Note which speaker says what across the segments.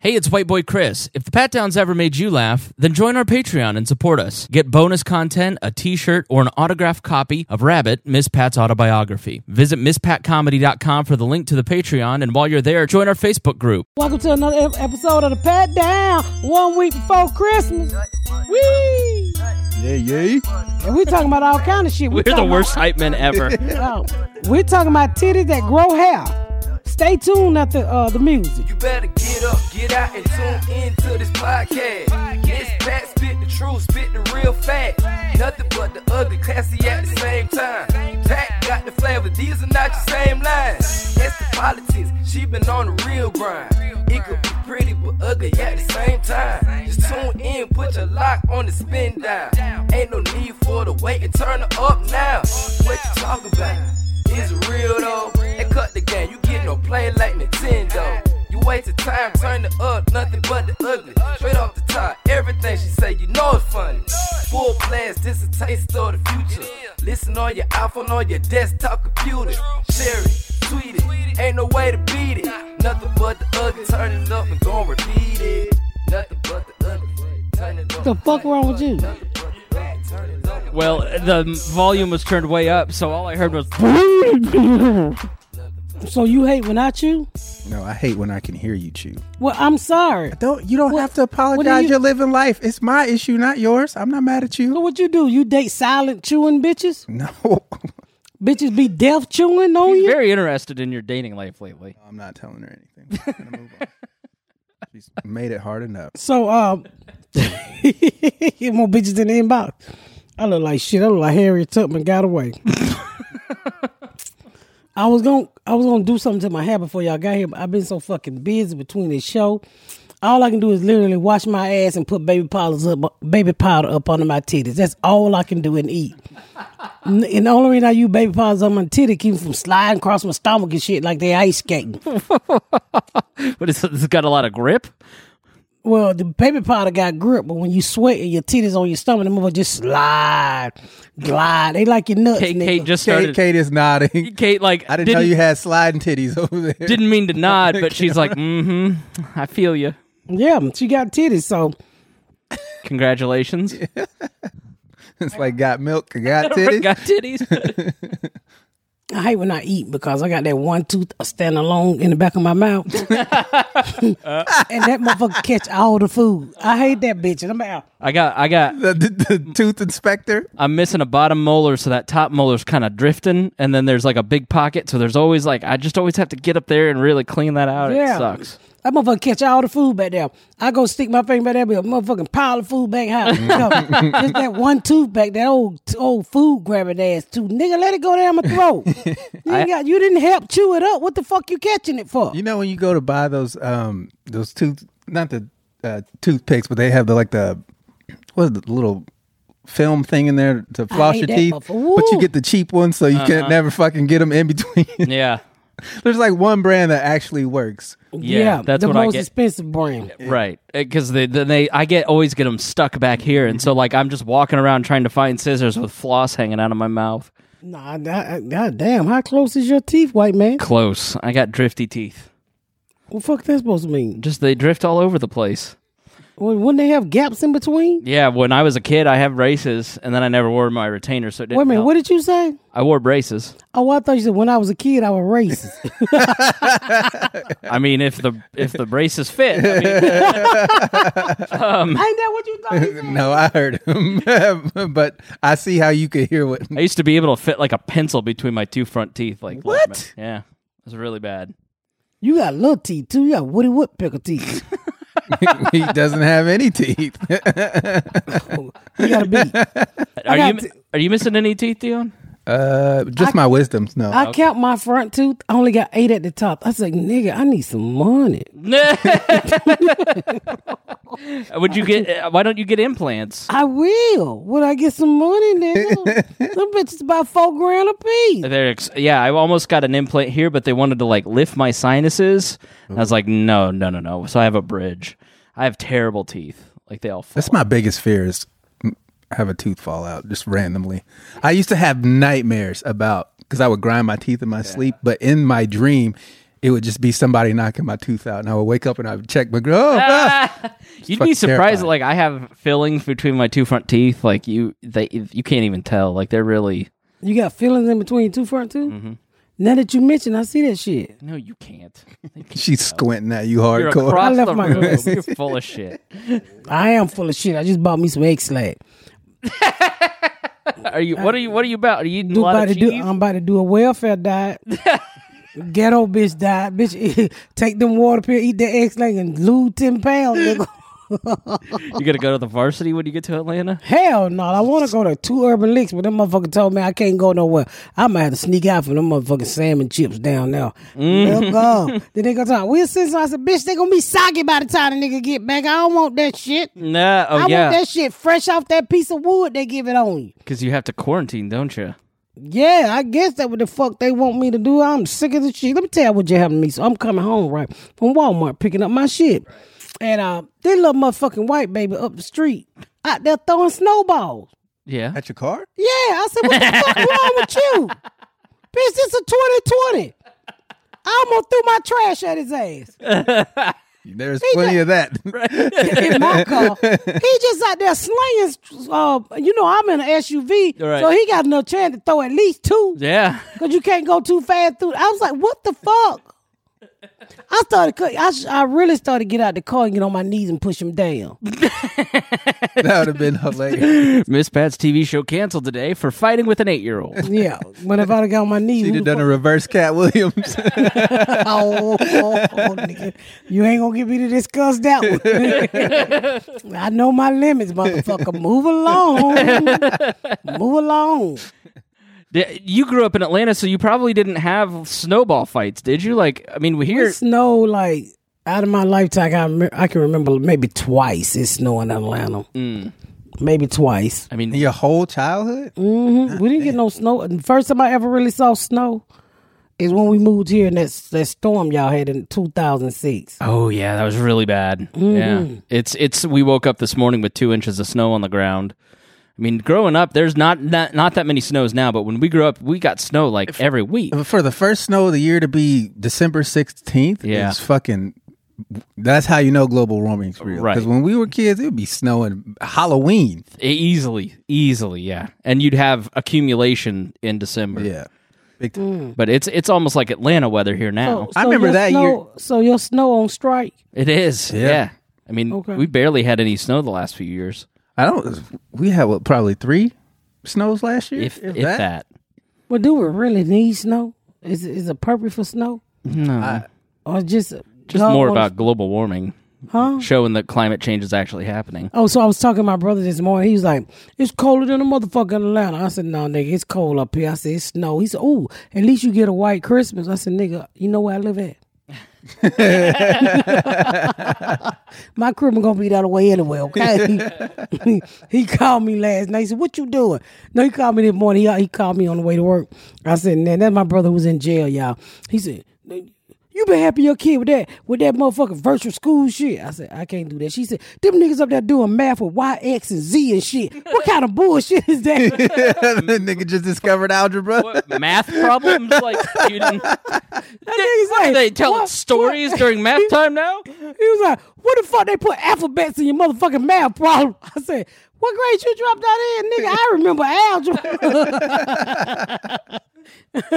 Speaker 1: Hey, it's White Boy Chris. If the Pat Downs ever made you laugh, then join our Patreon and support us. Get bonus content, a t shirt, or an autographed copy of Rabbit, Miss Pat's autobiography. Visit MissPatComedy.com for the link to the Patreon, and while you're there, join our Facebook group.
Speaker 2: Welcome to another ep- episode of the Pat Down, one week before Christmas. Whee!
Speaker 3: Yeah, yeah.
Speaker 2: And we talking about all kind of shit. We
Speaker 1: We're the
Speaker 2: talking
Speaker 1: worst hype men ever.
Speaker 2: About, oh, we talking about titties that grow hair. Stay tuned after uh, the music.
Speaker 4: You better get up, get out, and tune in to this podcast. This Pat spit the truth, spit the real fact. Nothing but the ugly, classy at the same time. Pat got the flavor, these are not your same lines. That's the politics, she been on the real grind. It could be pretty but ugly at the same time. Just tune in, put your lock on the spin down. Ain't no need for the wait and turn her up now. What you talking about? It's real though. And cut the game, you get no play like Nintendo. You wasted time, turn it up, nothing but the ugly. Straight off the top, everything she say, you know it's funny. Full blast, this a taste of the future. Listen on your iPhone, on your desktop computer. Share it, tweet it, ain't no way to beat it. Nothing but the ugly, turn it up and gon' repeat it. Nothing but the ugly, turn it up.
Speaker 2: The fuck wrong with you?
Speaker 4: Nothing but the ugly, turn it up.
Speaker 5: Well, the volume was turned way up, so all I heard was.
Speaker 2: So you hate when I chew?
Speaker 3: No, I hate when I can hear you chew.
Speaker 2: Well, I'm sorry.
Speaker 3: Don't you don't
Speaker 2: What-
Speaker 3: have to
Speaker 2: what do
Speaker 3: apologize.
Speaker 2: you-
Speaker 3: You're living life. It's my issue, not yours. I'm not mad at
Speaker 2: So
Speaker 3: you.
Speaker 2: what you do? You date silent chewing bitches?
Speaker 3: No,
Speaker 2: Bitches be deaf chewing on
Speaker 5: He's
Speaker 2: you?
Speaker 5: very interested in your dating life lately.
Speaker 3: I'm not telling her anything. We're gonna move on. She's made it hard enough.
Speaker 2: So um, more bitches in the inbox. I look like shit. I look like Harriet Tubman got away. I was gonna I was gonna do something to my hair before y'all got here, but I've been so fucking busy between this show. All I can do is literally wash my ass and put baby powders up, baby powder up under my titties. That's all I can do and eat. N- And the only reason I use baby powders on my titty keep 'em from sliding across my stomach and shit like they ice skating.
Speaker 5: But it's, it's got a lot of grip.
Speaker 2: Well, the baby powder got grip, but when you sweat and your titties on your stomach, the mother just slide, glide. They like your nuts.
Speaker 5: Kate,
Speaker 2: nigga.
Speaker 5: Kate just
Speaker 3: Kate,
Speaker 5: started. Kate,
Speaker 3: Kate is nodding.
Speaker 5: like
Speaker 3: I didn't, know you had sliding titties over there.
Speaker 5: didn't mean to nod, but she's like, mm-hmm. I feel you.
Speaker 2: yeah, she got titties. So
Speaker 5: Congratulations.
Speaker 3: it's like got milk, got titties.
Speaker 5: Got titties.
Speaker 2: I hate when I eat because I got that one tooth standing alone in the back of my mouth, and that motherfucker catch all the food. I hate that bitch, and I'm out.
Speaker 5: I got. I got.
Speaker 3: the, the- the tooth inspector.
Speaker 5: I'm missing a bottom molar, so that top molar's kind of drifting, and then there's like a big pocket, so there's always like I just always have to get up there and really clean that out.
Speaker 2: Yeah.
Speaker 5: It sucks.
Speaker 2: That motherfucker catch all the food back there. I go stick my finger back there, be a motherfucking pile of food back high. No, just that one tooth back, that old old food grabbing ass tooth. Nigga, let it go down my throat. you, ain't got, you didn't help chew it up. What the fuck you catching it for?
Speaker 3: You know when you go to buy those um those tooth not the uh, toothpicks, but they have the like the what is the little film thing in there to floss
Speaker 2: hate
Speaker 3: your
Speaker 2: that
Speaker 3: teeth.
Speaker 2: motherfucker.
Speaker 3: But you get the cheap ones, so you can never fucking get them in between.
Speaker 5: Yeah.
Speaker 3: There's like one brand that actually works.
Speaker 5: Yeah, that's
Speaker 2: the
Speaker 5: what I
Speaker 2: most
Speaker 5: get.
Speaker 2: expensive brand.
Speaker 5: Right, because they, then they I get always get them stuck back here, and so
Speaker 2: Mm-hmm.
Speaker 5: like I'm just walking around trying to find scissors with floss hanging out of my mouth.
Speaker 2: Nah, I- I- god damn, how close is your teeth, white man?
Speaker 5: Close, I got drifty teeth.
Speaker 2: What the fuck that supposed to mean?
Speaker 5: Just they drift all over the place.
Speaker 2: Wou- Wouldn't they have gaps in between?
Speaker 5: Yeah, when I was a kid, I have braces, and then I never wore my retainer, so it didn't
Speaker 2: Wait a minute,
Speaker 5: help.
Speaker 2: what did you say?
Speaker 5: I wore braces.
Speaker 2: Oh, I thought you said when I was a kid I was racist.
Speaker 5: I mean, if the if the braces fit, I mean,
Speaker 2: Ain't that what you thought? He said?
Speaker 3: No, I heard him, but I see how you could hear what.
Speaker 5: I used to be able to fit like a pencil between my two front teeth. Like
Speaker 3: What?
Speaker 5: like my- yeah, it was really bad.
Speaker 2: You got little teeth too. You got Woody Woodpecker teeth.
Speaker 3: he doesn't have any teeth.
Speaker 2: You gotta be.
Speaker 5: Are you
Speaker 2: got t-
Speaker 5: are you missing any teeth, Dion?
Speaker 3: Uh, just my wisdoms. No,
Speaker 2: I count my front tooth. I only got eight at the top. I was like, nigga, I need some money.
Speaker 5: Would you get? uh, Why don't you get implants?
Speaker 2: I will. Would I get some money, nigga? Them bitches about four grand a piece.
Speaker 5: They're ex- yeah, I almost got an implant here, but they wanted to like lift my sinuses. And I was like, no, no, no, no. So I have a bridge. I have terrible teeth. Like they all fall.
Speaker 3: That's my biggest fear is mm, have a tooth fall out just randomly. I used to have nightmares about because I would grind my teeth in my sleep, but in my dream, it would just be somebody knocking my tooth out, and I would wake up and I would check my gr- oh, ah!
Speaker 5: You'd be
Speaker 3: fucking
Speaker 5: surprised. that
Speaker 3: terrifying.
Speaker 5: Like I have fillings between my two front teeth. Like you, they you can't even tell. Like they're really.
Speaker 2: You got feelings in between your two front tooth?
Speaker 5: Mm-hmm.
Speaker 2: Now that you mention, I see that shit.
Speaker 5: No, you can't.
Speaker 3: She's squinting at you
Speaker 5: You're
Speaker 3: hardcore.
Speaker 5: across
Speaker 2: I left
Speaker 5: the
Speaker 2: my
Speaker 5: room.
Speaker 2: glasses.
Speaker 5: You're full of shit.
Speaker 2: I am full of shit. I just bought me some egg slack.
Speaker 5: Are you? What are you? What are you about? Are you eating a
Speaker 2: Do
Speaker 5: lot
Speaker 2: about
Speaker 5: of
Speaker 2: to do,
Speaker 5: cheese?
Speaker 2: I'm about to do a welfare diet. Ghetto bitch diet. Bitch, take them water pill, eat that egg slack, and lose 10 pounds. nigga.
Speaker 5: you gonna go to the varsity when you get to Atlanta?
Speaker 2: Hell no. I want to go to two urban licks, but them motherfucker told me I can't go nowhere. I might have to sneak out for them motherfucking salmon chips down there.
Speaker 5: Mm.
Speaker 2: They're gone. Then they gonna talk, we'll send some. I said, bitch, they gonna be soggy by the time the nigga get back. I don't want that shit.
Speaker 5: Nah. Oh
Speaker 2: I
Speaker 5: yeah.
Speaker 2: want that shit fresh off that piece of wood they give it on you.
Speaker 5: Because you have to quarantine, don't you?
Speaker 2: Yeah, I guess that what the fuck they want me to do. I'm sick of the shit. Let me tell you what you having me. So I'm coming home right from Walmart picking up my shit, and uh, this little motherfucking white baby up the street out there throwing snowballs.
Speaker 5: Yeah.
Speaker 3: at your car?
Speaker 2: Yeah, I said, what the fuck wrong with you, bitch? This is 2020. I almost threw my trash at his ass
Speaker 3: There's plenty of that.
Speaker 2: in my car. He just out there slinging. Uh, you know, I'm in an SUV,
Speaker 5: Right.
Speaker 2: so he got no chance to throw at least two.
Speaker 5: Yeah.
Speaker 2: Cause you can't go too fast through. I was like, what the fuck? I started. cut- I sh- I really started to get out the car and get on my knees and push him down.
Speaker 3: that would have been hilarious.
Speaker 5: Miss Pat's TV show canceled today for fighting with an eight-year-old.
Speaker 2: Yeah, but if I'd have got on my knees,
Speaker 3: She'd
Speaker 2: who
Speaker 3: have
Speaker 2: the
Speaker 3: done a
Speaker 2: fuck-
Speaker 3: reverse Cat Williams.
Speaker 2: oh, oh, oh, nigga. you ain't gonna get me to discuss that one. I know my limits, motherfucker. Move along, move along.
Speaker 5: D- you grew up in Atlanta, so you probably didn't have snowball fights, did you? Like, I mean, we hear.
Speaker 2: It snowed like out of my lifetime. I can, remember, I can remember maybe twice it snowed in Atlanta. Maybe twice.
Speaker 5: I mean,
Speaker 3: Your whole childhood?
Speaker 2: hmm We didn't get no snow. The first time I ever really saw snow is when we moved here and that that storm y'all had in 2006.
Speaker 5: Oh yeah, that was really bad. Yeah, it's it's. We woke up this morning with two inches of snow on the ground. I mean, growing up, there's not not, not that many snows now, but when we grew up, we got snow like every week.
Speaker 3: For the first snow of the year to be December 16th
Speaker 5: Yeah.
Speaker 3: is fucking. That's how you know global warming's real.
Speaker 5: Right.
Speaker 3: Because when we were kids, it would be snowing Halloween.
Speaker 5: E- easily, easily, yeah. And you'd have accumulation in December.
Speaker 3: Yeah. Big time.
Speaker 5: But it's it's almost like Atlanta weather here now.
Speaker 3: I remember
Speaker 2: your
Speaker 3: that
Speaker 2: snow,
Speaker 3: year-
Speaker 2: So your snow on strike.
Speaker 5: It is. Yeah. I mean,
Speaker 2: Okay.
Speaker 5: we barely had any snow the last few years,
Speaker 3: I don't. We had what, probably three snows last year?
Speaker 5: if if that.
Speaker 2: Well, do we really need snow? Is is a purpose for snow
Speaker 5: No,
Speaker 2: or just
Speaker 5: just
Speaker 2: God
Speaker 5: more
Speaker 2: wanna-
Speaker 5: about global warming,
Speaker 2: huh?
Speaker 5: showing that climate change is actually happening.
Speaker 2: Oh, so I was talking to my brother this morning. He was like, "It's colder than a motherfucker in Atlanta." I said, "No, nigga, it's cold up here." I said, "It's snow." He said, "Ooh, at least you get a white Christmas." I said, "Nigga, you know where I live at." My crib gonna be that way anyway, okay? he called me last night. He said, "What you doing?" No, he called me this morning. He, he called me on the way to work. I said, "Man, that's my brother who's in jail, y'all." He said, "You been helping your kid with that with that motherfucking virtual school shit?" I said, "I can't do that." She said, "Them niggas up there doing math with Y, X, and Z and shit. What kind of bullshit is that?"
Speaker 3: that nigga just discovered algebra.
Speaker 5: math problems like you didn't
Speaker 2: That nigga's
Speaker 5: Are
Speaker 2: like,
Speaker 5: they telling
Speaker 2: "What-
Speaker 5: stories
Speaker 2: what?"
Speaker 5: during math time now
Speaker 2: He was like, "What the fuck? They put alphabets in your motherfucking math problem?" I said, "What grade you dropped out in, nigga? I remember algebra."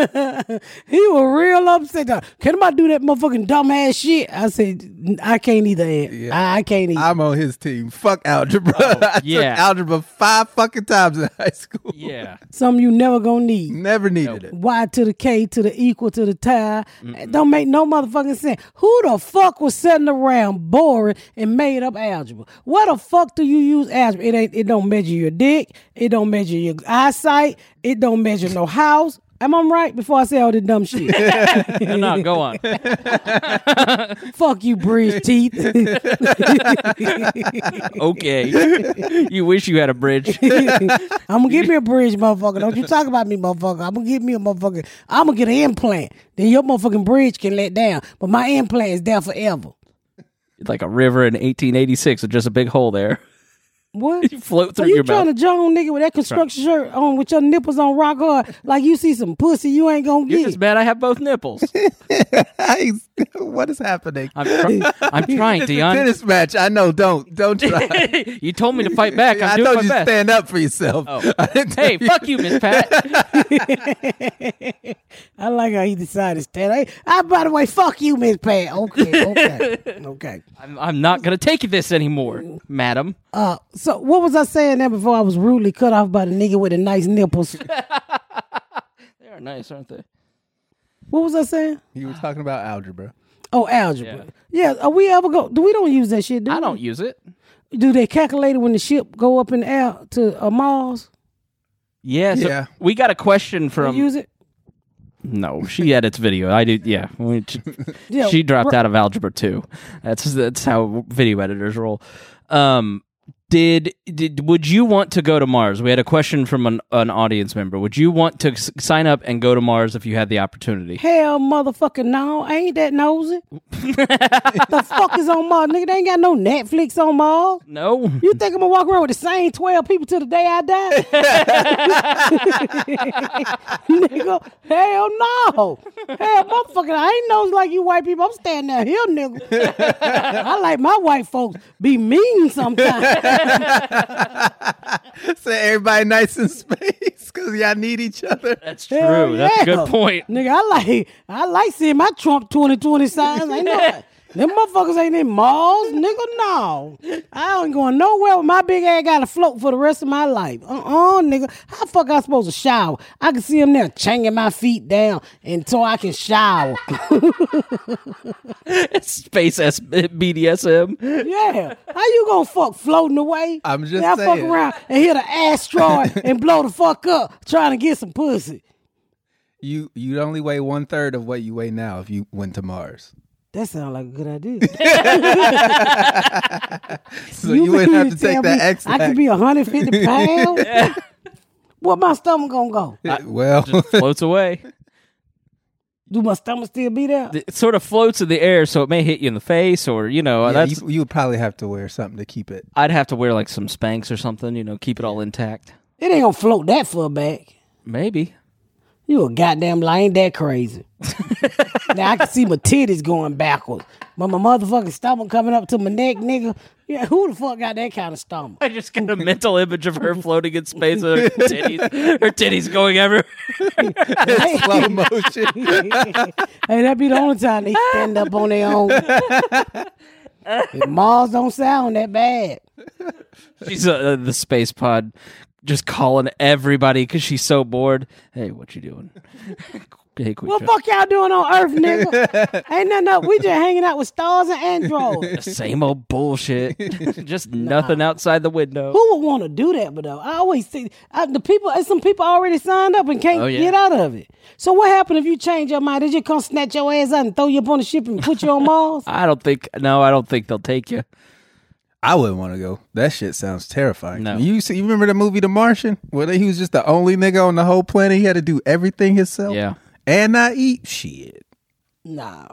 Speaker 2: he was real upset. Dog. Can anybody do that motherfucking dumbass shit? I said, "I can't either. Aunt. I, I can't either."
Speaker 3: I'm on his team. Fuck algebra. I
Speaker 5: Oh, yeah.
Speaker 3: took algebra five fucking times in high school.
Speaker 5: yeah
Speaker 2: Something you never gonna need.
Speaker 3: Never needed it.
Speaker 2: Y to the K to the equal to the tie. It Don't make no motherfucking sense. Who the fuck was sitting around boring and made up algebra? What the fuck do you use algebra? It ain't. It don't measure your dick. It don't measure your eyesight. It don't measure no house. Am I right? Before I say all the dumb shit,
Speaker 5: no, no go on
Speaker 2: fuck you, bridge teeth.
Speaker 5: okay you wish you had a bridge
Speaker 2: I'm gonna get me a bridge, motherfucker. Don't you talk about me, motherfucker. I'm gonna get me a motherfucker. I'm gonna get an implant. Then your motherfucking bridge can let down, but my implant is there forever.
Speaker 5: like a river in 1886 with just a big hole there
Speaker 2: What?
Speaker 5: You float through
Speaker 2: Are you
Speaker 5: your
Speaker 2: trying
Speaker 5: mouth.
Speaker 2: to John nigga with that construction shirt on with your nipples on rock hard like you see some pussy you ain't gonna
Speaker 5: You're
Speaker 2: get.
Speaker 5: just mad I have both nipples.
Speaker 3: what is happening?
Speaker 5: I'm, try- I'm trying,
Speaker 3: It's a
Speaker 5: Dion.
Speaker 3: tennis match. I know. Don't don't try.
Speaker 5: you told me to fight back. I'm
Speaker 3: I
Speaker 5: doing
Speaker 3: told
Speaker 5: my
Speaker 3: you
Speaker 5: best. Oh.
Speaker 3: stand up for yourself. I didn't tell
Speaker 5: hey,
Speaker 3: you-
Speaker 5: fuck you, Miss Pat.
Speaker 2: I like how he decided to stand. Hey, I by the way, fuck you, Miss Pat. Okay, okay, okay.
Speaker 5: I'm, I'm not gonna take this anymore, madam.
Speaker 2: Uh, so what was I saying there before I was rudely cut off by the nigga with the nice nipples?
Speaker 5: They are nice, aren't they?
Speaker 2: What was I saying?
Speaker 3: You were talking about algebra.
Speaker 2: Oh, algebra. Yeah, are we ever go? Do we don't use that shit? Do
Speaker 5: I
Speaker 2: we?
Speaker 5: don't use it.
Speaker 2: Do they calculate it when the ship go up in the air to uh, Mars?
Speaker 5: Yeah, so
Speaker 3: Yeah.
Speaker 5: we got a question from.
Speaker 2: Use it.
Speaker 5: no, she edits video. I did. Yeah, We- she,
Speaker 2: Yeah,
Speaker 5: she dropped
Speaker 2: right.
Speaker 5: out of algebra too. That's that's how video editors roll. Um, did did would you want to go to Mars? We had a question from an, an audience member. Would you want to s- sign up and go to Mars if you had the opportunity?
Speaker 2: Hell, motherfucking no! I ain't that nosy. the fuck is on Mars, nigga? They ain't got no Netflix on Mars.
Speaker 5: No.
Speaker 2: You think I'm gonna walk around with the same twelve people till the day I die? nigga, hell no. Hell motherfucker, I ain't knows like you white people. I'm standing out here, nigga. I like my white folks be mean sometimes.
Speaker 3: Say everybody nice in space because y'all need each other.
Speaker 5: That's true.
Speaker 2: Hell
Speaker 5: That's a
Speaker 2: yeah.
Speaker 5: good point.
Speaker 2: Nigga, I like I like seeing my Trump 2020 signs. Ain't no them motherfuckers ain't in malls, nigga. No, I ain't going nowhere. With my big ass got to float for the rest of my life. Uh uh nigga. How the fuck I supposed to shower? I can see him there changing my feet down until I can shower.
Speaker 5: Space S- BDSM.
Speaker 2: yeah, how you gonna fuck floating away?
Speaker 3: I'm just
Speaker 2: yeah, I fuck
Speaker 3: saying.
Speaker 2: around and hit an asteroid and blow the fuck up trying to get some pussy.
Speaker 3: You you'd only weigh one third of what you weigh now if you went to Mars.
Speaker 2: That sounds like a good idea.
Speaker 3: So you, wouldn't have to take
Speaker 2: tell
Speaker 3: that
Speaker 2: me
Speaker 3: extra.
Speaker 2: I could be 150 pounds. Where my stomach gonna go?
Speaker 3: well,
Speaker 5: Floats away.
Speaker 2: Do my stomach still be there?
Speaker 5: It sort of floats in the air, so it may hit you in the face, or you know,
Speaker 3: yeah,
Speaker 5: that's.
Speaker 3: you, you would probably have to wear something to keep it.
Speaker 5: I'd have to wear like some Spanx or something, you know, keep it all intact.
Speaker 2: It ain't gonna float that far back.
Speaker 5: Maybe.
Speaker 2: You a goddamn lie. Ain't that crazy? now I can see my titties going backwards, but my motherfucking stomach coming up to my neck, nigga. Yeah, who the fuck got that kind of stomach?
Speaker 5: I just get a mental image of her floating in space with her titties, her titties going everywhere.
Speaker 2: hey,
Speaker 3: Slow motion.
Speaker 2: hey, that be the only time they stand up on their own. And Mars don't sound that bad.
Speaker 5: She's uh, the space pod, just calling everybody because she's so bored. Hey, what you doing? hey, quick
Speaker 2: What
Speaker 5: Draw.
Speaker 2: fuck y'all doing on Earth, nigga? Ain't nothing up. We just hanging out with stars and androids.
Speaker 5: Same old bullshit. just nothing outside the window.
Speaker 2: Who would want to do that? But though I always see I, the people. and Some people already signed up and can't
Speaker 5: Oh, yeah.
Speaker 2: get out of it. So what happened if you change your mind? They just come snatch your ass out and throw you up on the ship and put you on Mars?
Speaker 5: I don't think. No, I don't think they'll take you.
Speaker 3: I wouldn't want to go. That shit sounds terrifying.
Speaker 5: No.
Speaker 3: You see, you remember the movie The Martian, where he was just the only nigga on the whole planet. He had to do everything himself.
Speaker 5: Yeah.
Speaker 3: and I eat shit.
Speaker 2: nah,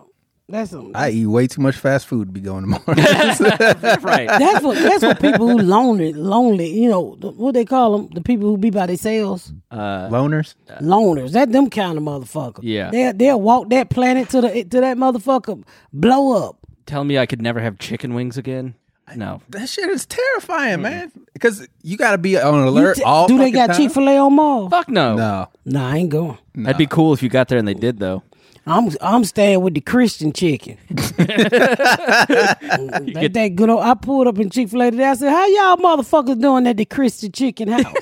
Speaker 2: that's some-
Speaker 3: I eat way too much fast food to be going to Mars.
Speaker 5: right.
Speaker 2: that's what that's what people who lonely lonely. You know the- what they call them? The people who be by themselves,
Speaker 3: Loners.
Speaker 2: loners. That them kind of motherfucker.
Speaker 5: Yeah.
Speaker 2: they they'll walk that planet to the to that motherfucker blow up.
Speaker 5: Tell me I could never have chicken wings again? No.
Speaker 3: That shit is terrifying, man. Because you got to be on alert
Speaker 2: T-
Speaker 3: all.
Speaker 2: do they
Speaker 3: fucking
Speaker 2: got
Speaker 3: time.
Speaker 2: Chick Fil A on Mars?
Speaker 5: Fuck no.
Speaker 3: No,
Speaker 2: Nah, I ain't going.
Speaker 5: That'd be cool if you got there and they did though.
Speaker 2: I'm I'm staying with the Christian chicken. that, that good old, I pulled up in Chick Fil A today. I said, "How y'all motherfuckers doing at the Christian chicken house?"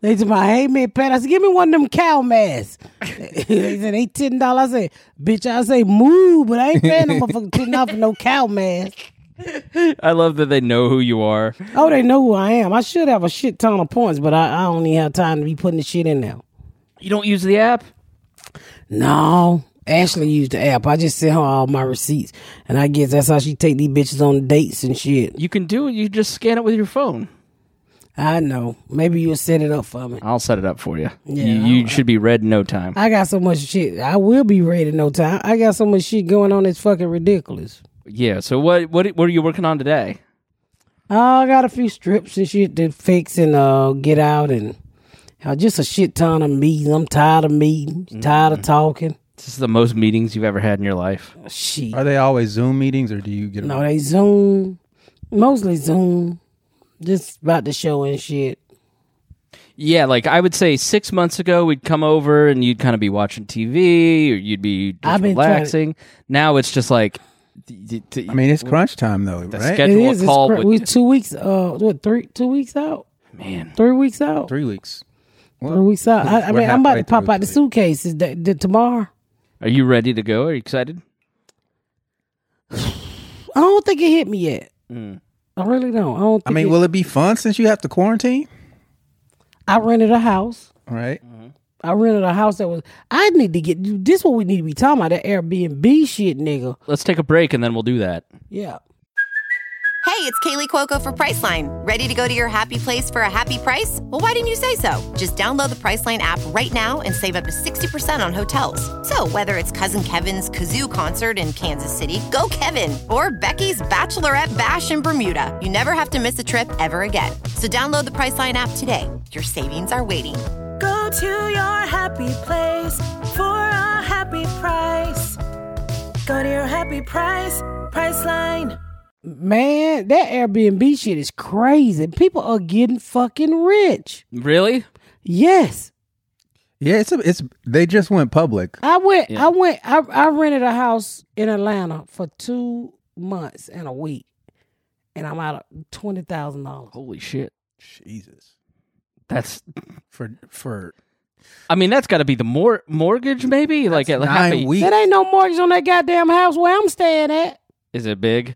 Speaker 2: they just my hey man, Pat. I said, "Give me one of them cow masks." they said they ten dollars. I said, "Bitch, I say move, but I ain't paying no motherfucking ten dollars for no cow mask."
Speaker 5: I love that they know who you are.
Speaker 2: Oh, they know who I am. I should have a shit ton of points, but I, I don't even have time to be putting the shit in there.
Speaker 5: You don't use the app?
Speaker 2: No. Ashley used the app. I just sent her all my receipts. And I guess that's how she take these bitches on dates and shit.
Speaker 5: You can do it. You just scan it with your phone.
Speaker 2: I know. Maybe you'll set it up for me.
Speaker 5: I'll set it up for you.
Speaker 2: Yeah,
Speaker 5: you you should be red in no time.
Speaker 2: I got so much shit. I will be ready in no time. I got so much shit going on that's fucking ridiculous.
Speaker 5: yeah. So what what what are you working on today?
Speaker 2: I got a few strips and shit to fix and uh, get out and uh, just a shit ton of meetings. I'm tired of meetings, tired of talking.
Speaker 5: This is the most meetings you've ever had in your life.
Speaker 2: Shit.
Speaker 3: Are they always Zoom meetings or do you get
Speaker 2: No, they Zoom, mostly Zoom, just about the show and shit.
Speaker 5: Yeah, like I would say six months ago, we'd come over and you'd kind of be watching TV or you'd be just
Speaker 2: I've been trying to-
Speaker 5: relaxing. Now it's just like, d- d- d-
Speaker 3: I mean, it's crunch time though, right?
Speaker 5: schedule-
Speaker 2: It
Speaker 5: Schedule a
Speaker 2: is. It's
Speaker 5: call
Speaker 2: cra-
Speaker 5: with-
Speaker 2: we two weeks. Uh, what three? Two weeks out?
Speaker 5: man,
Speaker 2: Three weeks out?
Speaker 3: Three weeks.
Speaker 2: Three weeks out. I, I
Speaker 3: We're
Speaker 2: mean, I'm about
Speaker 3: halfway
Speaker 2: to pop
Speaker 3: through
Speaker 2: out the
Speaker 3: three.
Speaker 2: suitcases that, that tomorrow.
Speaker 5: are you ready to go? Are you excited?
Speaker 2: I don't think it hit me yet. I really don't. I don't.
Speaker 3: I
Speaker 2: Think
Speaker 3: mean,
Speaker 2: it-
Speaker 3: will it be fun since you have to quarantine?
Speaker 2: I rented a house.
Speaker 3: All right.
Speaker 2: I rented a house that was. I need to get this. What we need to be talking about that Airbnb shit, nigga.
Speaker 5: Let's take a break and then we'll do that.
Speaker 2: Yeah.
Speaker 6: Hey, it's Kaylee Cuoco for Priceline. Ready to go to your happy place for a happy price? Well, why didn't you say so? Just download the Priceline app right now and save up to 60% on hotels. So, whether it's Cousin Kevin's Kazoo concert in Kansas City, go Kevin, or Becky's Bachelorette Bash in Bermuda, you never have to miss a trip ever again. So, download the Priceline app today. Your savings are waiting.
Speaker 7: Go to your happy place for a happy price. Go to your happy price, Priceline.
Speaker 2: Man, that Airbnb shit is crazy. People are getting fucking rich.
Speaker 5: Really?
Speaker 2: Yes.
Speaker 3: Yeah, it's a, it's they just went public.
Speaker 2: I went. I went. I, I rented a house in Atlanta for two months and a week, and I'm out of twenty thousand dollars.
Speaker 5: Holy shit.
Speaker 3: Jesus.
Speaker 5: That's,
Speaker 3: For for
Speaker 5: I mean, that's got to be the mor- mortgage, maybe? like at like, how
Speaker 3: nine
Speaker 5: many-
Speaker 3: weeks.
Speaker 2: There ain't no mortgage on that goddamn house where I'm staying at.
Speaker 5: Is it big?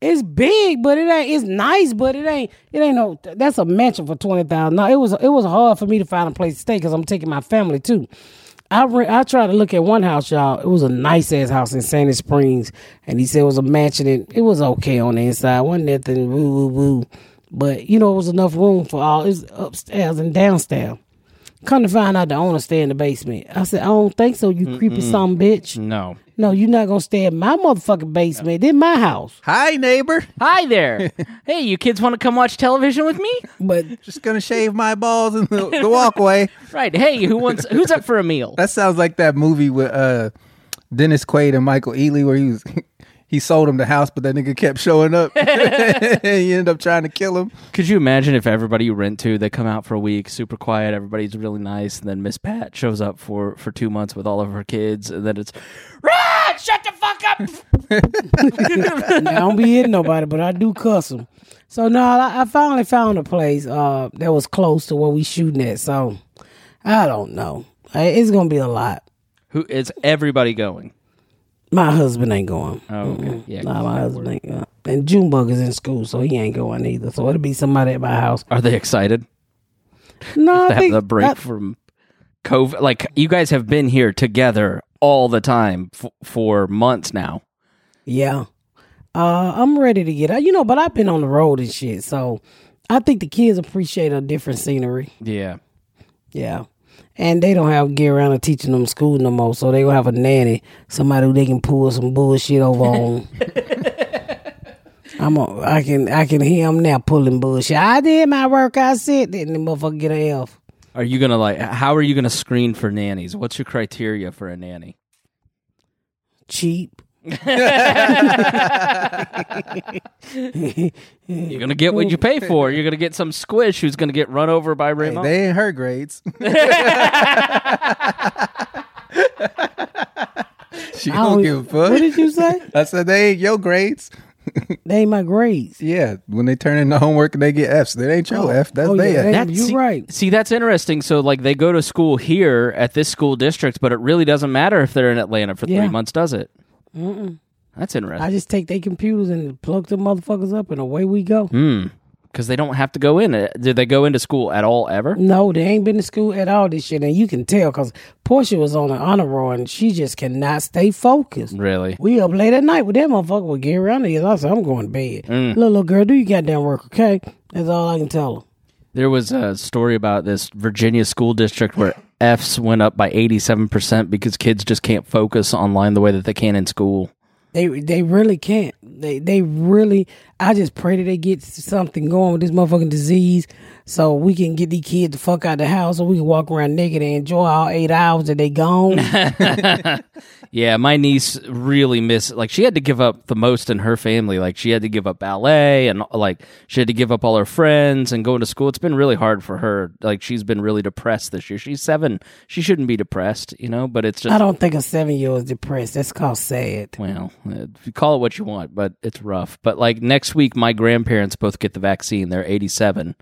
Speaker 2: It's big, but it ain't. It's nice, but it ain't. It ain't no. That's a mansion for twenty thousand. No, it was. It was hard for me to find a place to stay because I'm taking my family too. I re- I tried to look at one house, y'all. It was a nice ass house in Sandy Springs, and he said it was a mansion. And it was okay on the inside. wasn't nothing woo woo woo, but you know it was enough room for all. It was upstairs and downstairs. Come to find out, the owner stay in the basement. I said, I don't think so. You creepy some bitch.
Speaker 5: No.
Speaker 2: No, you're not gonna stay in my motherfucking basement. This my house.
Speaker 3: Hi neighbor.
Speaker 5: Hi there. hey, you kids want to come watch television with me?
Speaker 2: But
Speaker 3: Just gonna shave my balls in the, the walkway.
Speaker 5: Right. Hey, who wants? Who's up for a meal?
Speaker 3: That sounds like that movie with uh Dennis Quaid and Michael Ealy where he was he sold him the house but that nigga kept showing up. and he ended up trying to kill him.
Speaker 5: Could you imagine if everybody you rent to, they come out for a week, super quiet, everybody's really nice, and then Miss Pat shows up for for two months with all of her kids, and then it's Rod, shut the fuck up.
Speaker 2: I don't be hitting nobody, but I do cuss them. So no, I, I finally found a place uh, that was close to where we shooting at. So I don't know. I- It's gonna be a lot.
Speaker 5: who is everybody going?
Speaker 2: My husband ain't going.
Speaker 5: Oh, okay. Yeah.
Speaker 2: Nah, my husband ain't going. And Junebug is in school, so he ain't going either. So it'll be somebody at my house.
Speaker 5: Are they excited
Speaker 2: No,
Speaker 5: to
Speaker 2: I
Speaker 5: have
Speaker 2: think
Speaker 5: the break
Speaker 2: I-
Speaker 5: from COVID? Like you guys have been here together all the time f- for months now.
Speaker 2: Yeah. Uh, I'm ready to get out. You know, but I've been on the road and shit, so I think the kids appreciate a different scenery.
Speaker 5: Yeah.
Speaker 2: Yeah. And they don't have get around to teaching them school no more, so they gonna have a nanny, somebody who they can pull some bullshit over on. I'm a, I can I can hear them now pulling bullshit. I did my work, I said that, and the motherfucker get an F.
Speaker 5: Are you gonna like? How are you gonna screen for nannies? What's your criteria for a nanny?
Speaker 2: Cheap.
Speaker 5: You're gonna get what you pay for. You're gonna get some squish who's gonna get run over by
Speaker 3: Hey,
Speaker 5: Raymond.
Speaker 3: they ain't her grades. she
Speaker 2: I
Speaker 3: don't give a fuck.
Speaker 2: What did you say?
Speaker 3: I said they ain't your grades.
Speaker 2: they ain't my grades.
Speaker 3: Yeah, when they turn in the homework and they get Fs, that ain't your F. That's
Speaker 2: oh,
Speaker 3: they
Speaker 2: yeah,
Speaker 3: F.
Speaker 2: they-
Speaker 5: That-
Speaker 2: You're
Speaker 5: see-
Speaker 2: right.
Speaker 5: See, that's interesting. So, like, they go to school here at this school district, but it really doesn't matter if they're in Atlanta for
Speaker 2: Yeah.
Speaker 5: three months, does it? Mm-mm. That's
Speaker 2: I
Speaker 5: interesting
Speaker 2: just take their computers and plug the motherfuckers up, and away we go.
Speaker 5: because they don't have to go in. Uh, Did they go into school at all ever?
Speaker 2: No, they ain't been to school at all this shit, and you can tell because Portia was on an honor roll and she just cannot stay focused.
Speaker 5: Really?
Speaker 2: We up late at night with that motherfucker with Gary around here. I said, I'm going to bed. Little, little girl, do you goddamn work, okay? That's all I can tell her.
Speaker 5: There was a story about this Virginia school district where F's went up by eighty-seven percent because kids just can't focus online the way that they can in school.
Speaker 2: They they really can't. They they really. I just pray that they get something going with this motherfucking disease, so we can get these kids the fuck out of the house, so we can walk around naked and enjoy all eight hours that they gone.
Speaker 5: Yeah, my niece really missed. Like, she had to give up the most in her family. Like, she had to give up ballet and, like, she had to give up all her friends and going to school. It's been really hard for her. Like, she's been really depressed this year. She's seven. She shouldn't be depressed, you know, but it's
Speaker 2: I
Speaker 5: just,
Speaker 2: don't think a seven year old is depressed. That's called sad.
Speaker 5: well, uh, call it what you want, but it's rough. But, like, next week, my grandparents both get the vaccine. They're 87,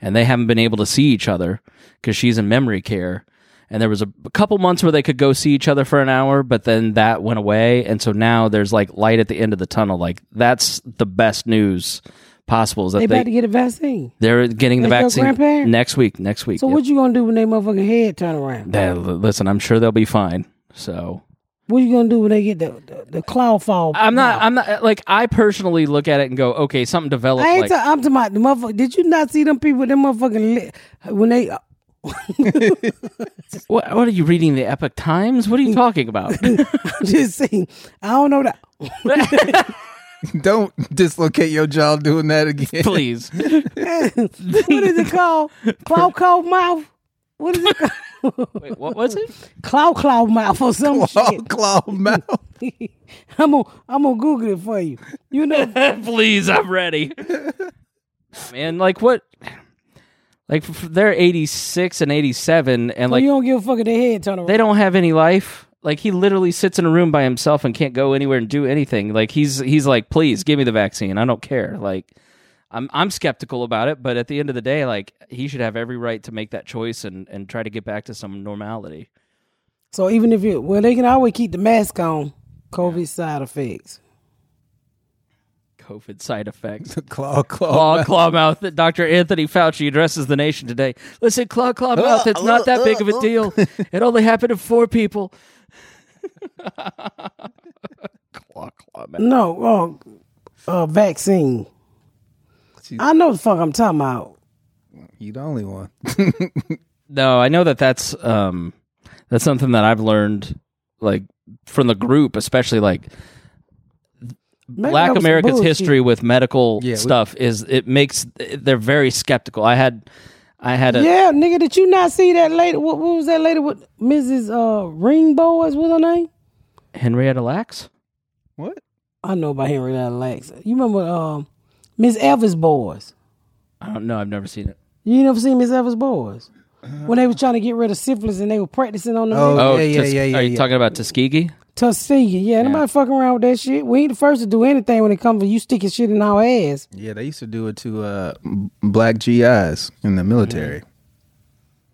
Speaker 5: and they haven't been able to see each other because she's in memory care. and there was a, a couple months where they could go see each other for an hour but then that went away and so now there's like light at the end of the tunnel like that's the best news possible is that
Speaker 2: They,
Speaker 5: they,
Speaker 2: about to get a vaccine.
Speaker 5: they, are getting the
Speaker 2: Like your
Speaker 5: vaccine
Speaker 2: grandparents?
Speaker 5: next week next week
Speaker 2: So
Speaker 5: yeah.
Speaker 2: what you gonna do when they motherfucking head turn around?
Speaker 5: They- listen i'm sure they'll be fine so
Speaker 2: What you gonna do when they get the the, the claw fall?
Speaker 5: i'm not i'm not like i personally look at it and go okay something developed
Speaker 2: I ain't
Speaker 5: like
Speaker 2: ta- I'm talking about the motherfucker. Did you not see them people? Them motherfucking li- when they uh,
Speaker 5: what, what are you reading the epic times what are you talking about
Speaker 2: just saying. I don't know that.
Speaker 3: Don't dislocate your jaw doing that again.
Speaker 5: please
Speaker 2: what is it called? Claw claw mouth. What is it called?
Speaker 5: Wait, what was it
Speaker 2: claw claw mouth or some
Speaker 3: Claw, claw mouth.
Speaker 2: shit. I'm gonna I'm gonna Google it for you. You know,
Speaker 5: please i'm ready man like what like f- they're 86 and 87 and
Speaker 2: like,
Speaker 5: like
Speaker 2: you don't give a fuck if their head turn around.
Speaker 5: they don't have any life like he literally sits in a room by himself and can't go anywhere and do anything like he's he's like please give me the vaccine i don't care like i'm i'm skeptical about it but at the end of the day like he should have every right to make that choice and and try to get back to some normality
Speaker 2: So even if you well, they can always keep the mask on. COVID side effects.
Speaker 5: covid side effects
Speaker 3: Claw,
Speaker 5: Claw
Speaker 3: claw.
Speaker 5: Claw Mouth that Dr. Anthony Fauci addresses the nation today. Listen, Claw Claw Mouth, it's not that big of a deal. It only happened to four people. claw Claw Mouth.
Speaker 2: No, uh, uh vaccine. I know the fuck I'm talking about.
Speaker 3: You the only one.
Speaker 5: No, I know that that's um that's something that I've learned like from the group, especially like
Speaker 2: Maybe that
Speaker 5: Black
Speaker 2: was some
Speaker 5: America's
Speaker 2: bullshit.
Speaker 5: history with medical
Speaker 3: Yeah, we-
Speaker 5: stuff is it makes they're very skeptical. I had I had a
Speaker 2: Yeah, nigga, did you not see that lady? What, what was that lady with Mrs. Uh, Ringbow? Is what her name?
Speaker 5: Henrietta Lacks?
Speaker 3: What?
Speaker 2: I know about Henrietta Lacks. You remember um, Miss Elvis Boys?
Speaker 5: I don't know, I've never seen it.
Speaker 2: You never seen Miss Elvis Boys? When they was trying to get rid of syphilis and they were practicing on the
Speaker 3: Oh,
Speaker 5: Oh,
Speaker 3: yeah, yeah,
Speaker 5: Tus-
Speaker 3: yeah, yeah.
Speaker 5: are you
Speaker 3: yeah.
Speaker 5: talking about Tuskegee?
Speaker 2: Tuskegee. Yeah, nobody fucking around with that shit. We ain't the first to do anything when it comes to you sticking shit in our ass.
Speaker 3: yeah, they used to do it to uh, m- black GIs in the military.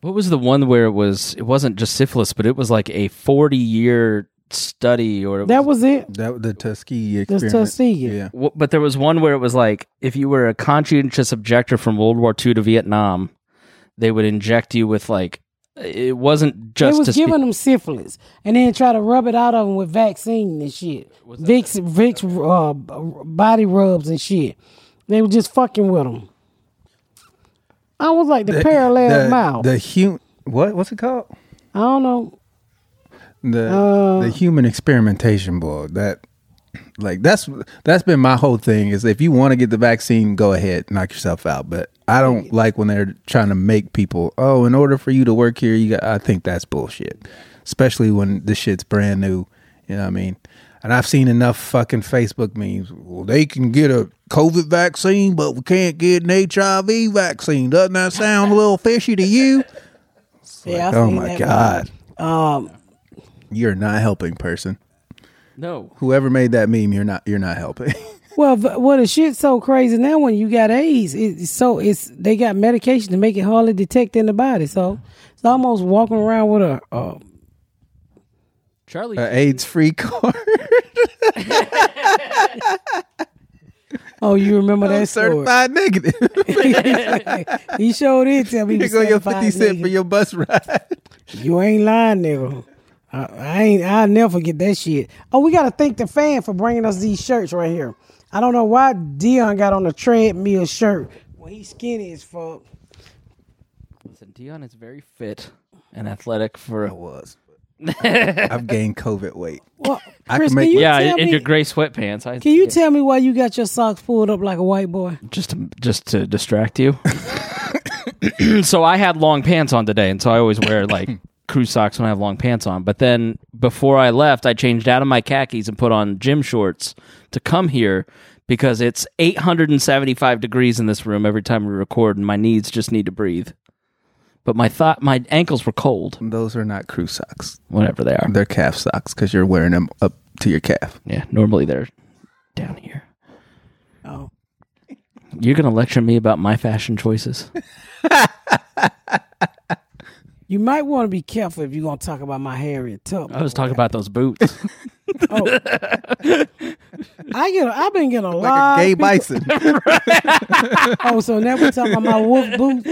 Speaker 5: What was the one where it was? It wasn't just syphilis, but it was like a forty-year study, or it
Speaker 2: That
Speaker 5: was.
Speaker 2: was it.
Speaker 3: That the Tuskegee
Speaker 2: That's
Speaker 3: experiment.
Speaker 2: Tuskegee.
Speaker 3: Yeah.
Speaker 5: w- But there was one where it was like if you were a conscientious objector from World War II to Vietnam, they would inject you with like it wasn't
Speaker 2: They
Speaker 5: just
Speaker 2: was
Speaker 5: to
Speaker 2: giving them syphilis and then try to rub it out of them with vaccine and shit. Vicks, Vicks uh, b- body rubs and shit. They were just fucking with them. I was like the, parallel
Speaker 3: the,
Speaker 2: mouth.
Speaker 3: The hu- What? What's it called?
Speaker 2: I don't know.
Speaker 3: The the human experimentation board. That like that's that's been my whole thing is if you want to get the vaccine, go ahead, knock yourself out. But I don't like when they're trying to make people. Oh, in order for you to work here, you got. I think that's bullshit. Especially when this shit's brand new. You know what I mean? And I've seen enough fucking Facebook memes. Well, they can get a COVID vaccine, but we can't get an HIV vaccine. Doesn't that sound a little fishy to you?
Speaker 2: Yeah, I
Speaker 3: oh
Speaker 2: seen
Speaker 3: my
Speaker 2: that
Speaker 3: god.
Speaker 2: one. Um,
Speaker 3: You're not helping, person.
Speaker 5: no.
Speaker 3: Whoever made that meme, you're not. You're not helping.
Speaker 2: well, v- well, the shit's so crazy now. When you got AIDS, it's so it's they got medication to make it hardly detect in the body. So it's almost walking around with a. Uh,
Speaker 5: Charlie.
Speaker 3: An AIDS-free card,
Speaker 2: oh, you remember that story?
Speaker 3: certified negative.
Speaker 2: He showed it to me.
Speaker 3: Here go your fifty cent for your bus ride.
Speaker 2: You ain't lying, nigga. I, I ain't. I'll never forget that shit. Oh, we gotta thank the fan for bringing us these shirts right here. I don't know why Dion got on a treadmill shirt when he's skinny as fuck.
Speaker 5: Listen, Dion is very fit and athletic for
Speaker 3: was. I've gained COVID weight.
Speaker 2: Well,
Speaker 3: I
Speaker 2: Chris,
Speaker 3: can make-
Speaker 2: can you
Speaker 5: yeah,
Speaker 2: tell
Speaker 5: in
Speaker 2: me,
Speaker 5: your gray sweatpants. I
Speaker 2: Can you tell me why you got your socks pulled up like a white boy?
Speaker 5: just to, just to distract you. so I had long pants on today, and so I always wear like crew socks when I have long pants on. But then before I left, I changed out of my khakis and put on gym shorts to come here because it's 875 degrees in this room every time we record, and my knees just need to breathe. But my thought, my ankles were cold,
Speaker 3: Those are not crew socks.
Speaker 5: whatever they are.
Speaker 3: They're calf socks because you're wearing them up to your calf.
Speaker 5: Yeah, normally they're down here.
Speaker 2: Oh.
Speaker 5: You're gonna lecture me about my fashion choices.
Speaker 2: You might want to be careful if you're gonna talk about my Harriet Tubman.
Speaker 3: Oh.
Speaker 5: I was talking about those boots.
Speaker 2: Oh. I get, a, I've been getting a lot.
Speaker 3: Like a gay
Speaker 2: of people-
Speaker 3: bison.
Speaker 2: Oh, so now we're talking about my wolf boots.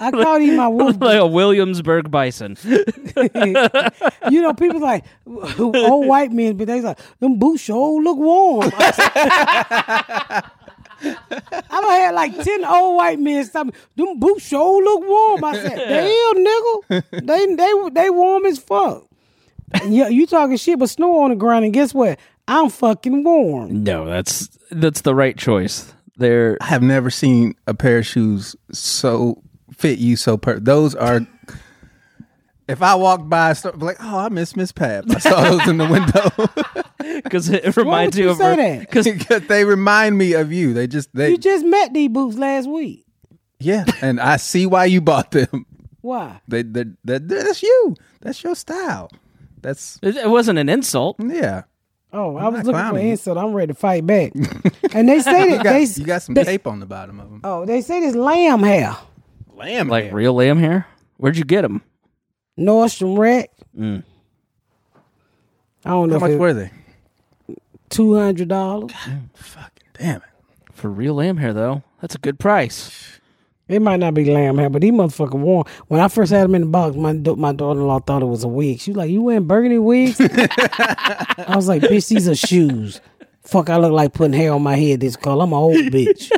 Speaker 2: I call these my wolf boots.
Speaker 5: like a Williamsburg bison.
Speaker 2: you know, people like old white men, but they like them boots sure look warm. I've had like ten old white men stop me. Them boots sure look warm. I said, "Damn, nigga, they they they warm as fuck." Yeah, you talking shit, but snow on the ground, and guess what? I'm fucking warm.
Speaker 5: No, that's that's the right choice. They're
Speaker 3: I have never seen a pair of shoes so fit you so per. Those are. If I walked by, I start like, oh, I miss Miss Pat. I saw those in the window
Speaker 5: because it reminds
Speaker 2: would you
Speaker 5: you of
Speaker 2: say that?
Speaker 5: because
Speaker 3: because they remind me of you. They just they
Speaker 2: You just met these boots last week.
Speaker 3: yeah, and I see why you bought them.
Speaker 2: Why?
Speaker 3: They they they that's you. That's your style. That's
Speaker 5: it it wasn't an insult.
Speaker 3: yeah.
Speaker 2: Oh, i was
Speaker 3: not
Speaker 2: looking for
Speaker 3: clowning.
Speaker 2: an insult. I'm ready to fight back. and they say that
Speaker 3: You got,
Speaker 2: they
Speaker 3: you got some
Speaker 2: they-
Speaker 3: tape on the bottom of them.
Speaker 2: Oh, they say this lamb hair.
Speaker 3: Lamb,
Speaker 5: Like
Speaker 3: hair.
Speaker 5: real lamb hair. Where'd you get them?
Speaker 2: Nordstrom Rack. I don't know
Speaker 3: Mm. how
Speaker 2: if
Speaker 3: much
Speaker 2: it's
Speaker 3: were they?
Speaker 2: two hundred dollars.
Speaker 3: Fucking damn it.
Speaker 5: For real lamb hair though, that's a good price.
Speaker 2: It might not be lamb hair, but these motherfucker worn. When I first had them in the box, my da- my daughter in law thought it was a wig. She was like, "You wearing burgundy wigs?" I was like, "Bitch, these are shoes." Fuck, I look like putting hair on my head this color. I'm an old bitch.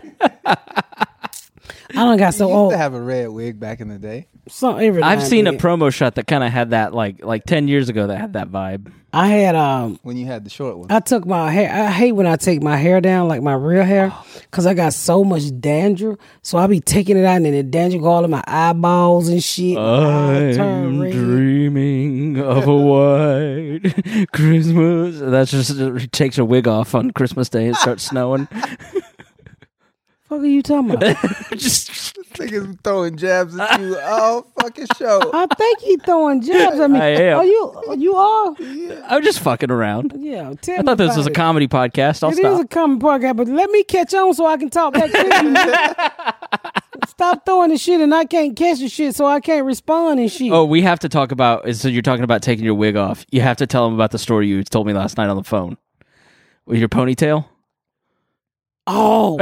Speaker 2: I don't got so
Speaker 3: You used
Speaker 2: old.
Speaker 3: to have a red wig back in the day.
Speaker 2: Some, every now
Speaker 5: I've
Speaker 2: and
Speaker 5: seen a
Speaker 2: then.
Speaker 5: promo shot that kind of had that like like ten years ago that had that vibe.
Speaker 2: I had um.
Speaker 3: when you had the short one.
Speaker 2: I took my hair. I hate when I take my hair down, like my real hair, because I got so much dandruff. So I be taking it out, and then the dandruff go all in my eyeballs and shit. I turn red.
Speaker 5: dreaming of a white Christmas. That's just it takes her wig off on Christmas Day. It starts snowing.
Speaker 2: Fuck are you talking about?
Speaker 5: just
Speaker 3: Niggas throwing jabs at you all fucking show.
Speaker 2: I think he throwing jabs at me.
Speaker 5: I am.
Speaker 2: Are you? You are?
Speaker 5: I'm just fucking around.
Speaker 2: Yeah. Tell
Speaker 5: I thought this was a comedy podcast. I'll
Speaker 2: It is
Speaker 5: stop.
Speaker 2: a common podcast, but let me catch on so I can talk back to you. nigga. Stop throwing the shit, and I can't catch the shit, so I can't respond and shit.
Speaker 5: oh, we have to talk about. So you're talking about taking your wig off. You have to tell them about the story you told me last night on the phone with your ponytail.
Speaker 2: oh.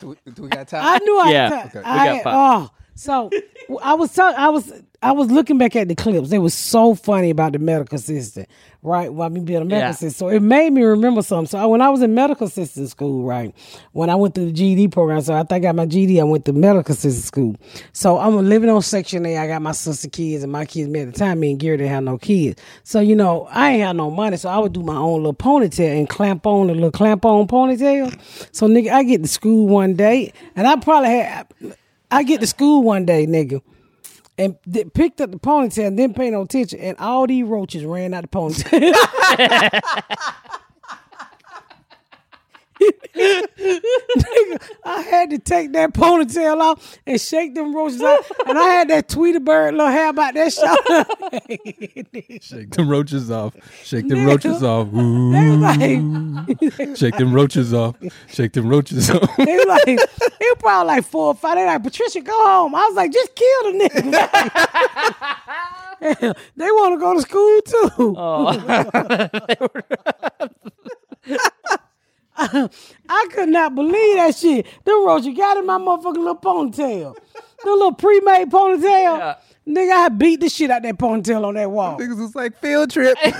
Speaker 3: Do we, do we got time?
Speaker 2: I knew I.
Speaker 5: Yeah.
Speaker 2: ta-
Speaker 5: Okay. We
Speaker 2: I
Speaker 5: got five.
Speaker 2: Oh, so w- I was talking. I was. I was looking back at the clips. They were so funny about the medical system, right? Well, I mean, being a medical
Speaker 5: Yeah.
Speaker 2: system, so it made me remember something. So I- when I was in medical system school, right, when I went through the GED program, so after I got my GED, I went to medical system school. So I'm living on Section A. I got my sister kids and my kids. Me at the time, me and Gary didn't have no kids, so you know I ain't had no money. So I would do my own little ponytail and clamp on the little clamp on ponytail. So nigga, I get to school one day, and I probably had. I get to school one day, nigga, and d- picked up the ponytail and didn't pay no attention, and all these roaches ran out the ponytail. Nigga, I had to take that ponytail off and shake them roaches out, and I had that Tweety Bird little hair about that shoulder.
Speaker 3: Shake them roaches off. Shake them
Speaker 2: Nigga.
Speaker 3: roaches off. Ooh.
Speaker 2: They was like,
Speaker 3: Shake them roaches off. Shake them roaches off.
Speaker 2: they was like, it was probably like four or five. They like, Patricia, go home. I was like, just kill the nigga. they want to go to school too. I could not believe that shit. Them roaches got in my motherfucking little ponytail. The little pre-made ponytail. Nigga, I beat the shit out that ponytail on that wall.
Speaker 3: Niggas was like field trip.
Speaker 2: The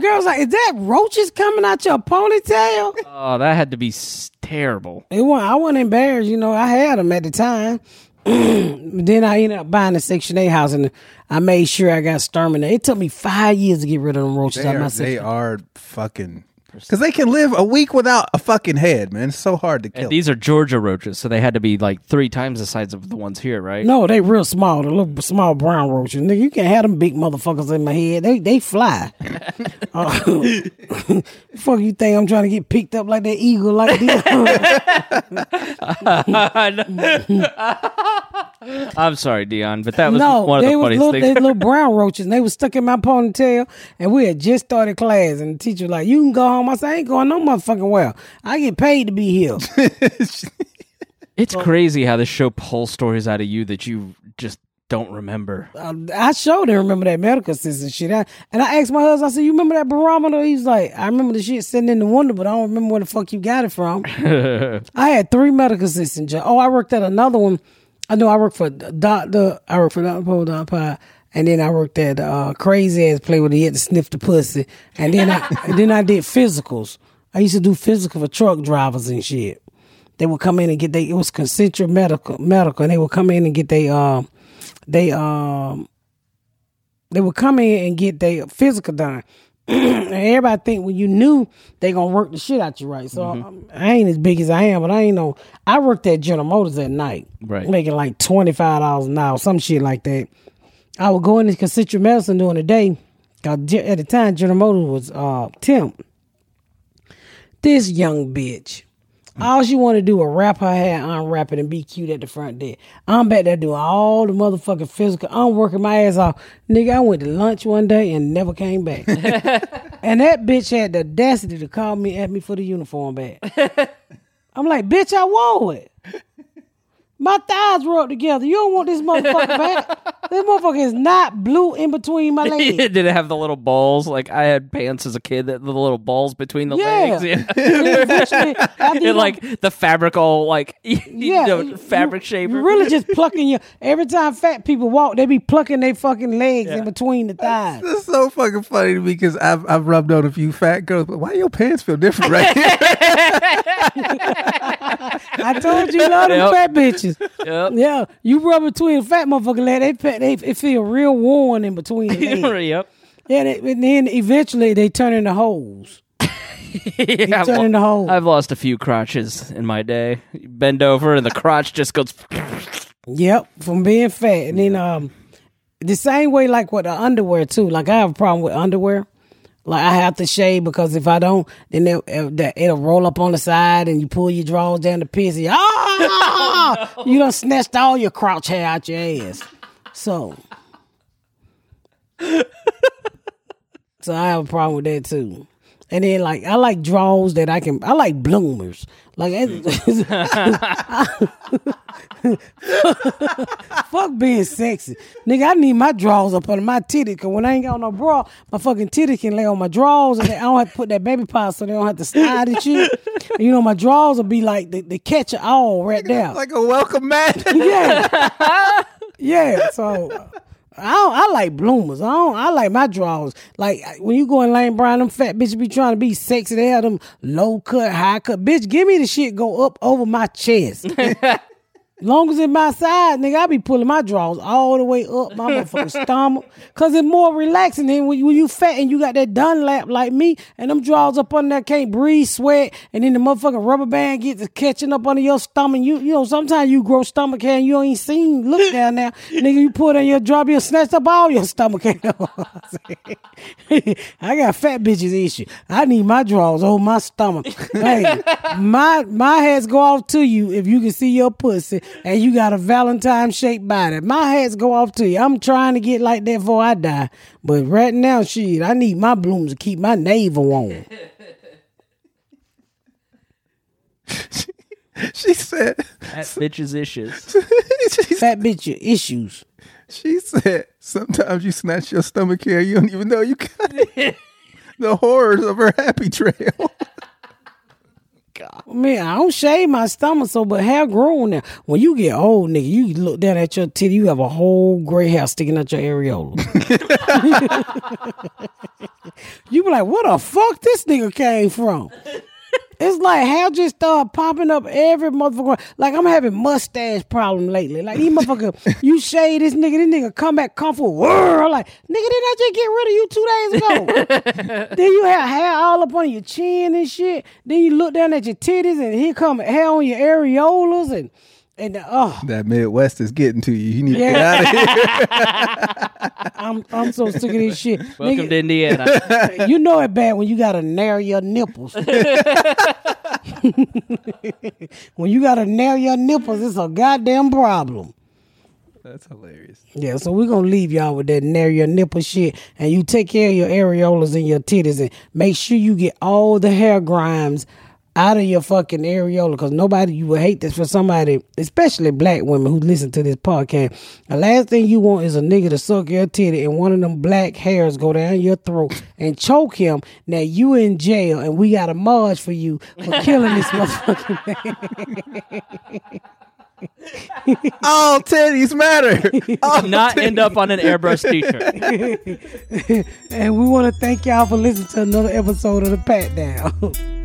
Speaker 2: girl's like, is that roaches coming out your ponytail?
Speaker 5: Oh, that had to be s- terrible.
Speaker 2: It wasn't, I wasn't embarrassed, you know. I had them at the time. then I ended up buying a Section 8 house and I made sure I got exterminated. It took me five years to get rid of them roaches
Speaker 3: They
Speaker 2: out of my
Speaker 3: are,
Speaker 2: section.
Speaker 3: they are fucking because they can live a week without a fucking head, man. It's so hard to kill.
Speaker 5: And these are Georgia roaches, so they had to be like three times the size of the ones here, right?
Speaker 2: No, they real small. The little small brown roaches. Nigga, you can't have them big motherfuckers in my head. They they fly. Uh, fuck you think I'm trying to get picked up like that eagle like this?
Speaker 5: I'm sorry, Dion, but that was
Speaker 2: no,
Speaker 5: one of
Speaker 2: they
Speaker 5: the
Speaker 2: was
Speaker 5: funniest
Speaker 2: little, they
Speaker 5: things.
Speaker 2: little brown roaches. And they was stuck in my ponytail, and we had just started class. And the teacher was like, "You can go home." I said, "I ain't going no motherfucking well. I get paid to be here."
Speaker 5: It's crazy how this show pulls stories out of you that you just don't remember.
Speaker 2: Um, I sure didn't remember that medical assistant shit. I, and I asked my husband, I said, You remember that barometer? He's like, I remember the shit sitting in the window, but I don't remember where the fuck you got it from. I had three medical assistant jobs. Oh, I worked at another one. I know I worked for Dr. I worked for Dr. Paul Dr. Pie. uh, And then I worked at uh, crazy ass play where they had to sniff the pussy. And then I and then I did physicals. I used to do physical for truck drivers and shit. They would come in and get they it was concentric medical medical and they would come in and get they um they um they would come in and get their physical done. and everybody think when you knew they gonna work the shit out you right. So um, I ain't as big as I am, but I ain't no. I worked at General Motors at night,
Speaker 5: Right.
Speaker 2: making like twenty five dollars an hour, some shit like that. I would go in and constituent medicine during the day. 'cause Ge- At the time, General Motors was uh, temp. This young bitch. All she want to do is wrap her hair, unwrap it, and be cute at the front desk. I'm back there doing all the motherfucking physical. I'm working my ass off. Nigga, I went to lunch one day and never came back. and that bitch had the audacity to call me at me for the uniform back. I'm like, bitch, I wore it. My thighs were up together. You don't want this motherfucker back. This motherfucker is not blue in between my legs.
Speaker 5: Did it have the little balls? Like I had pants as a kid that the little balls between the
Speaker 2: Yeah.
Speaker 5: legs. Yeah.
Speaker 2: Eventually, after you
Speaker 5: and like the fabric all like you know,
Speaker 2: you-
Speaker 5: fabric
Speaker 2: you-
Speaker 5: shaper.
Speaker 2: You really just plucking your. Every time fat people walk, they be plucking their fucking legs in between the thighs.
Speaker 3: It's so fucking funny to me because I've I've rubbed on a few fat girls, but why your pants feel different right here?
Speaker 2: I told you, love them
Speaker 5: Yep.
Speaker 2: fat bitches.
Speaker 5: Yep.
Speaker 2: Yeah, you rub between a fat motherfucking leg, they, pe- they it feel real worn in between. The legs.
Speaker 5: yep.
Speaker 2: yeah, they, and then eventually they turn into holes.
Speaker 5: Yeah, I've,
Speaker 2: turn into holes.
Speaker 5: I've lost a few crotches in my day. You bend over and the crotch just goes.
Speaker 2: Yep, from being fat, and then um, the same way like with the underwear too. Like I have a problem with underwear. Like I have to shave because if I don't, then it, it, it'll roll up on the side, and you pull your drawers down to piss. and- Ah, you done snatched all your crotch hair out your ass. So, so I have a problem with that too. And then like I like draws that I can. I like bloomers. Like it- Fuck being sexy. Nigga, I need my drawers up under my titty because when I ain't got no bra, my fucking titty can lay on my drawers and I don't have to put that baby powder so they don't have to slide at you. And you know, my drawers will be like the, the catch it all right there.
Speaker 3: like a welcome mat.
Speaker 2: yeah. yeah, so. I don't, I like bloomers. I don't, I like my drawers. Like when you go in Lane Bryant, them fat bitches be trying to be sexy. They have them low cut, high cut. Bitch, give me the shit go up over my chest. Long as it's my side, nigga, I be pulling my drawers all the way up my motherfucking stomach. Cause it's more relaxing than when you, when you fat and you got that Dunlap like me and them drawers up under there can't breathe, sweat, and then the motherfucking rubber band gets to catching up under your stomach. You you know, sometimes you grow stomach hair and you ain't seen look down there. nigga, you put on your drop, you snatched up all your stomach hair. I got fat bitches issue. I need my drawers on my stomach. Hey, my my hats go off to you if you can see your pussy and you got a Valentine shaped body. My hats go off to you. I'm trying to get like that before I die, but right now, shit, I need my blooms to keep my navel on.
Speaker 3: she said.
Speaker 5: That bitch's issues.
Speaker 3: she,
Speaker 2: Fat bitch, your issues.
Speaker 3: she said. Sometimes you snatch your stomach hair, you don't even know you got it. the horrors of her happy trail.
Speaker 2: Man, I don't shave my stomach so, but hair grown now. When you get old, nigga, you look down at your titty, you have a whole gray hair sticking out your areola. you be like, what the fuck this nigga came from? It's like how just start popping up every motherfucker. Like I'm having mustache problem lately. Like these motherfucker, you shave this nigga, this nigga come back comfortable. I'm like, nigga, did I just get rid of you two days ago? then you have hair all up on your chin and shit. Then you look down at your titties and here come hair on your areolas and and oh,
Speaker 3: That Midwest is getting to you. You need to get out of here.
Speaker 2: I'm I'm so sick of this shit.
Speaker 5: Welcome
Speaker 2: Nigga,
Speaker 5: to Indiana.
Speaker 2: you know it bad when you gotta nail your nipples. when you gotta nail your nipples, it's a goddamn problem.
Speaker 3: That's hilarious.
Speaker 2: Yeah, so we're gonna leave y'all with that nail your nipple shit, and you take care of your areolas and your titties, and make sure you get all the hair grimes out of your fucking areola, because nobody you will hate this for somebody, especially black women who listen to this podcast. The last thing you want is a nigga to suck your titty and one of them black hairs go down your throat and choke him. Now you in jail, and we got a marge for you for killing this motherfucking
Speaker 3: All titties matter.
Speaker 5: Did Not end up on an airbrush T-shirt.
Speaker 2: And we want to thank y'all for listening to another episode of The Pat Down.